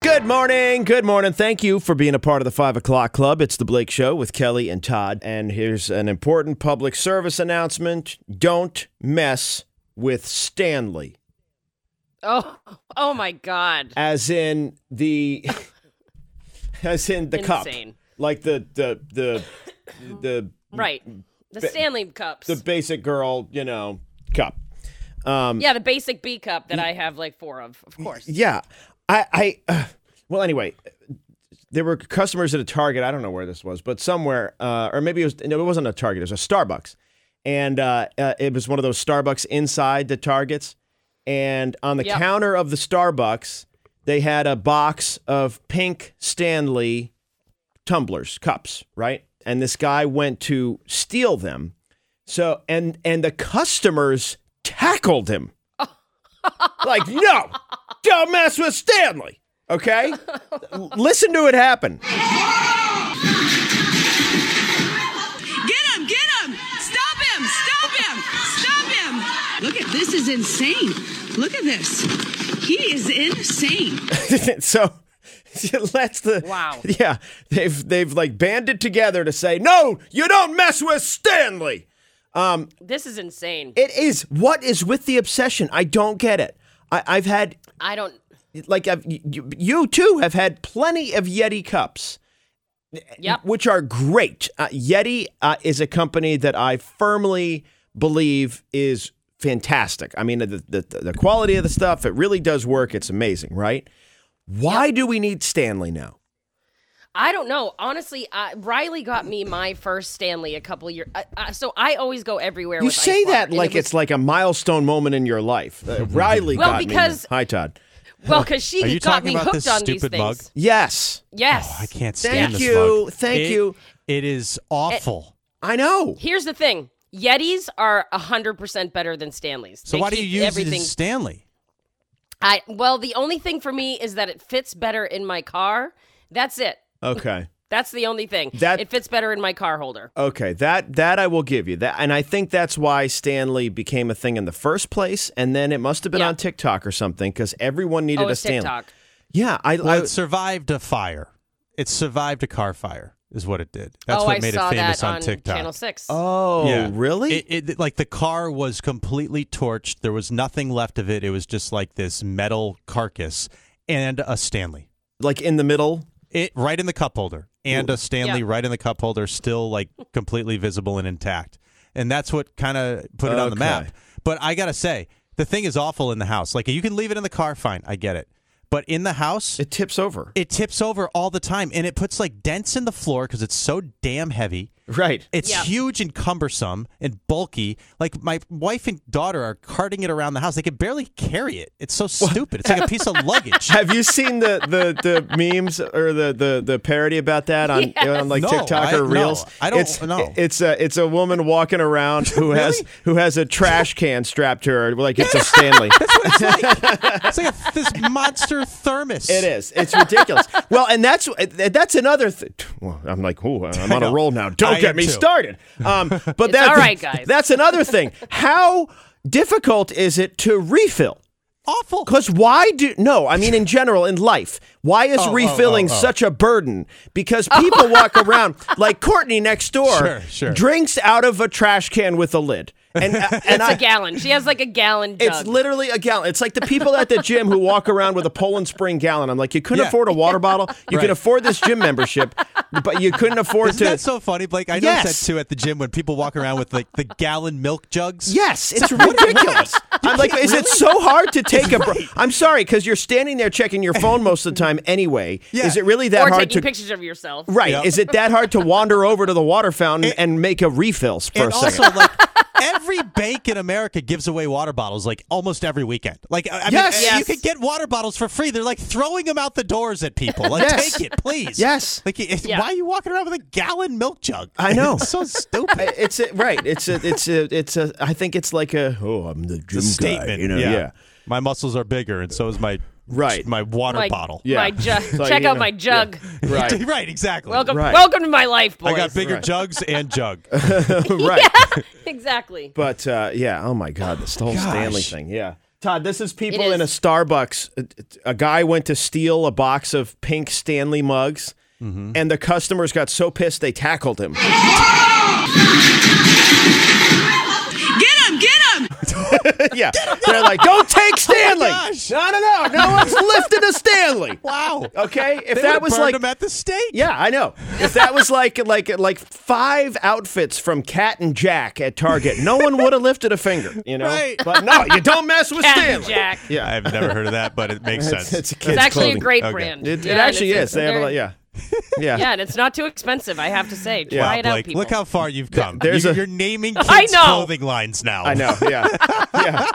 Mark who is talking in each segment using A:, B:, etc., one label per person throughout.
A: Good morning. Good morning. Thank you for being a part of the 5 o'clock club. It's The Blake Show with Kelly and Todd. And here's an important public service announcement don't mess with Stanley,
B: Oh, oh my God.
A: as in the. As in the
B: Insane.
A: cup, like the the the the
B: Right. The Stanley cups.
A: the basic girl, you know, cup. Um,
B: yeah, the basic B cup that I have like four of, of course.
A: Yeah. I, I uh, well, anyway, there were customers at a Target. I don't know where this was, but somewhere, uh, or maybe it was, no, it wasn't a Target. It was a Starbucks. And uh, uh, it was one of those Starbucks inside the Targets. And on the
B: Yep.
A: counter of the Starbucks, they had a box of pink Stanley tumblers, cups, right? And this guy went to steal them. So, and, and the customers tackled him like, no, don't mess with Stanley. Okay? L- Listen to it happen.
C: Get him! Get him! Stop him! Stop him! Stop him! Look at this is insane. Look at this. He is insane.
A: so that's the
B: Wow.
A: Yeah. They've they've like banded together to say, no, you don't mess with Stanley.
B: This is insane.
A: It is what is with the obsession? I don't get it. I, I've had
B: I don't.
A: like I've, you, you too have had plenty of Yeti cups.
B: Yep.
A: which are great. Uh, Yeti uh, is a company that I firmly believe is fantastic. I mean, the, the the quality of the stuff it really does work. It's amazing, right? Why do we need Stanley now?
B: I don't know. Honestly, I, Riley got me my first Stanley a couple years. Uh, uh, so I always go everywhere.
A: You
B: with
A: say
B: Ice Water,
A: that
B: and
A: like
B: it was-
A: it's like a milestone moment in your life. Uh, Riley
B: Well,
A: got me.
B: because-
A: Hi, Todd.
B: well, because she
D: Are you
B: got
D: talking
B: me
D: about
B: hooked
D: this
B: on
D: stupid
B: these
D: mug?
B: things.
A: Yes,
B: Yes.
D: Oh, I
A: Thank
D: can't stand this
A: you,
D: mug.
A: thank
D: It-
A: you.
D: It is awful.
A: I know.
B: Here's the thing. Yetis are hundred percent better than Stanleys.
D: so
B: They
D: why do you
B: keep
D: use
B: everything
D: it as Stanley?
B: I well, the only thing for me is that it fits better in my car. That's it.
A: Okay.
B: That's the only thing.
A: That-
B: it fits better in my car holder.
A: Okay, that that I will give you that, and I think that's why Stanley became a thing in the first place, and then it must have been
B: Yeah.
A: on TikTok or something because everyone needed
B: oh,
A: a
B: it's
A: Stanley.
B: TikTok.
A: Yeah, I,
D: Well,
A: I
D: it survived a fire. It survived a car fire, is what it did. That's
B: oh,
D: what
B: I
D: made
B: saw
D: it famous
B: that on,
D: on, TikTok.
B: Channel Six.
A: oh
D: Yeah.
A: really?
D: It, it, like the car was completely torched. There was nothing left of it. It was just like this metal carcass and a Stanley.
A: like in the middle.
D: It right in the cup holder and a Stanley
B: Yeah.
D: right in the cup holder, still like completely visible and intact. And that's what kind of put it on the
A: Okay.
D: map. But I gotta say, the thing is awful in the house. Like you can leave it in the car, fine, I get it. But in the house,
A: It tips over.
D: it tips over all the time and it puts like dents in the floor because it's so damn heavy.
A: right.
D: It's
B: Yeah.
D: huge and cumbersome and bulky. Like my wife and daughter are carting it around the house. They can barely carry it. It's so stupid. It's like a piece of luggage.
A: have you seen the, the, the memes or the, the, the parody about that on, on like
D: No,
A: TikTok
D: I-
A: or
D: no,
A: Reels?
D: I don't
A: it's,
D: know.
A: It's a it's a woman walking around who has who has a trash can strapped to her like it's a Stanley.
D: That's what it's like. It's like a, this monster thermos.
A: It is. It's ridiculous. well, and that's that's another. Th- well, I'm like, ooh, I'm on a
D: know.
A: roll now. Don't
D: I
A: get
D: am
A: me
D: too.
A: started. Um, but that's
B: all right, guys.
A: That's another thing. How difficult is it to refill?
D: Awful.
A: Because why do no? I mean, in general, in life, why is
D: Oh, oh,
A: refilling
D: oh, oh.
A: such a burden? Because people walk around like Courtney next door,
D: Sure, sure.
A: drinks out of a trash can with a lid, and uh, and
B: it's a
A: I,
B: gallon. She has like a gallon jug.
A: it's literally a gallon. It's like the people at the gym who walk around with a Poland Spring gallon. I'm like, you couldn't
D: Yeah.
A: afford a water bottle. You can
D: Right.
A: afford this gym membership, but you couldn't afford
D: Isn't
A: to.
D: that so funny, Blake? I
A: Yes.
D: noticed that too at the gym when people walk around with like the gallon milk jugs.
A: Yes, it's ridiculous. I'm like, is it so hard to take a? Br- I'm sorry, because you're standing there checking your phone most of the time anyway.
D: Yeah.
A: Is it really that
B: or
A: hard
B: taking
A: to?
B: pictures of yourself.
A: Right.
D: Yep.
A: Is it that hard to wander over to the water fountain and make a refill for
D: And
A: a second?
D: also, like every bank in America gives away water bottles, like almost every weekend. Like, I I mean,
A: Yes.
D: you
B: Yes.
D: could get water bottles for free. They're like throwing them out the doors at people. Like,
A: Yes.
D: take it, please.
A: Yes.
D: Like, it-
B: Yeah.
D: why are you walking around with a gallon milk jug?
A: I know.
D: It's so stupid.
A: I- it's a, right. It's a, it's a, it's a. I think it's like a. Oh, I'm the gym
D: It's a statement.
A: guy. You know. yeah.
D: My muscles are bigger, and so is my
A: Right.
D: My water
B: My,
D: bottle.
A: Yeah.
B: My jug.
A: It's like,
B: Check
A: you
B: out
A: know,
B: my jug.
A: Right.
D: right. Exactly.
B: Welcome,
A: Right.
B: welcome to my life, boys.
D: I got bigger
A: Right.
D: jugs and jug.
A: right.
B: exactly.
A: But uh, yeah, oh my God, this whole Stanley
D: Gosh.
A: thing. Yeah. Todd, this is people
B: It
A: in a
B: is.
A: Starbucks. uh, A, a guy went to steal a box of pink Stanley mugs,
D: Mm-hmm.
A: and the customers got so pissed they tackled him.
C: Get him! Get him!
A: yeah, they're like, "Don't take Stanley!"
D: gosh.
A: no, no, no, no one's lifting a Stanley.
D: Wow.
A: Okay, if
D: They
A: Uh, that
D: would've
A: was
D: burned
A: like,
D: him at the stake.
A: yeah, I know. If that was like, like, like five outfits from Cat and Jack at Target, no one would have lifted a finger. You know,
D: Right.
A: but no, you don't mess with
B: Cat and
A: Stanley.
B: Jack. It's,
A: Yeah,
D: I've never heard of that, but it makes sense.
A: it's a kid's
B: actually
A: clothing.
B: a great
D: Okay.
B: brand.
A: It, it
B: Yeah, and
A: actually
B: it's-
A: is. They have a
B: they're-
A: lot. Yeah, yeah.
B: Yeah, and it's not too expensive. I have to say, try
A: Yeah.
D: Wow,
B: it out,
D: Blake,
B: people.
D: look how far you've come.
A: there's
D: you,
A: a-
D: you're naming kids'
B: I know.
D: clothing lines now.
A: I know. Yeah, yeah.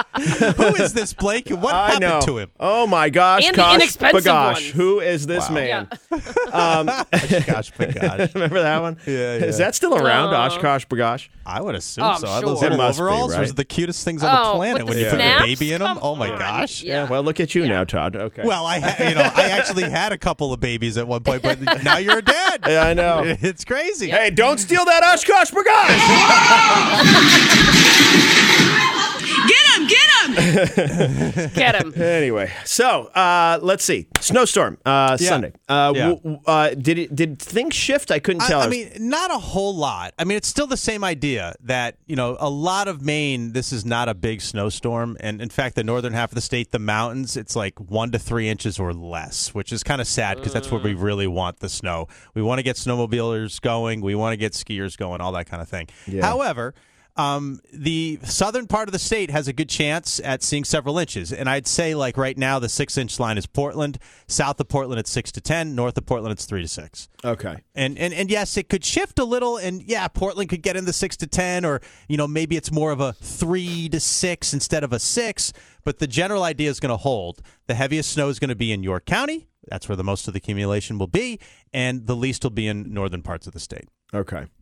D: Who is this Blake? and What
A: I
D: happened
A: know.
D: to him?
A: Oh my gosh,
B: And the
A: gosh,
B: inexpensive
A: bagosh.
B: ones.
A: Who is this man? Um,
D: Gosh, my gosh.
A: Remember that one?
D: Yeah,
A: Is
D: yeah.
A: that still around?
B: Aw.
A: Oshkosh Bagosh.
D: I would assume
B: Oh, I'm
D: so. I those
B: sure.
D: little
A: It must be,
D: overalls
A: right?
D: are the cutest things on
B: Oh,
D: the planet
B: with
D: when
B: the
D: you put a
B: snaps?
D: baby in them.
B: Come
D: Oh my
B: on.
D: gosh.
A: Yeah. Well, look at you now, Todd. Okay.
D: Well, I ha- you know I actually had a couple of babies at one point, but now you're a dad.
A: Yeah, I know.
D: It's crazy.
A: hey, don't steal that Oshkosh Bagosh.
C: Get him! Get him!
B: Get him.
A: anyway, so uh, let's see. Snowstorm uh,
D: Yeah.
A: Sunday. Uh,
D: Yeah.
A: w- w- uh, did it, did things shift? I couldn't
D: I,
A: tell.
D: I mean, not a whole lot. I mean, it's still the same idea that you know a lot of Maine. This is not a big snowstorm, and in fact, the northern half of the state, the mountains, it's like one to three inches or less, which is kind of sad because that's where we really want the snow. We want to get snowmobilers going, we want to get skiers going, all that kind of thing. However. Um, the southern part of the state has a good chance at seeing several inches, and I'd say like right now the six inch line is Portland. South of Portland, it's six to ten. North of Portland, it's three to six.
A: okay.
D: And, and and yes, it could shift a little, and yeah, Portland could get in the six to ten, or you know maybe it's more of a three to six instead of a six. But the general idea is going to hold. The heaviest snow is going to be in York County. That's where the most of the accumulation will be, and the least will be in northern parts of the state.
A: Okay.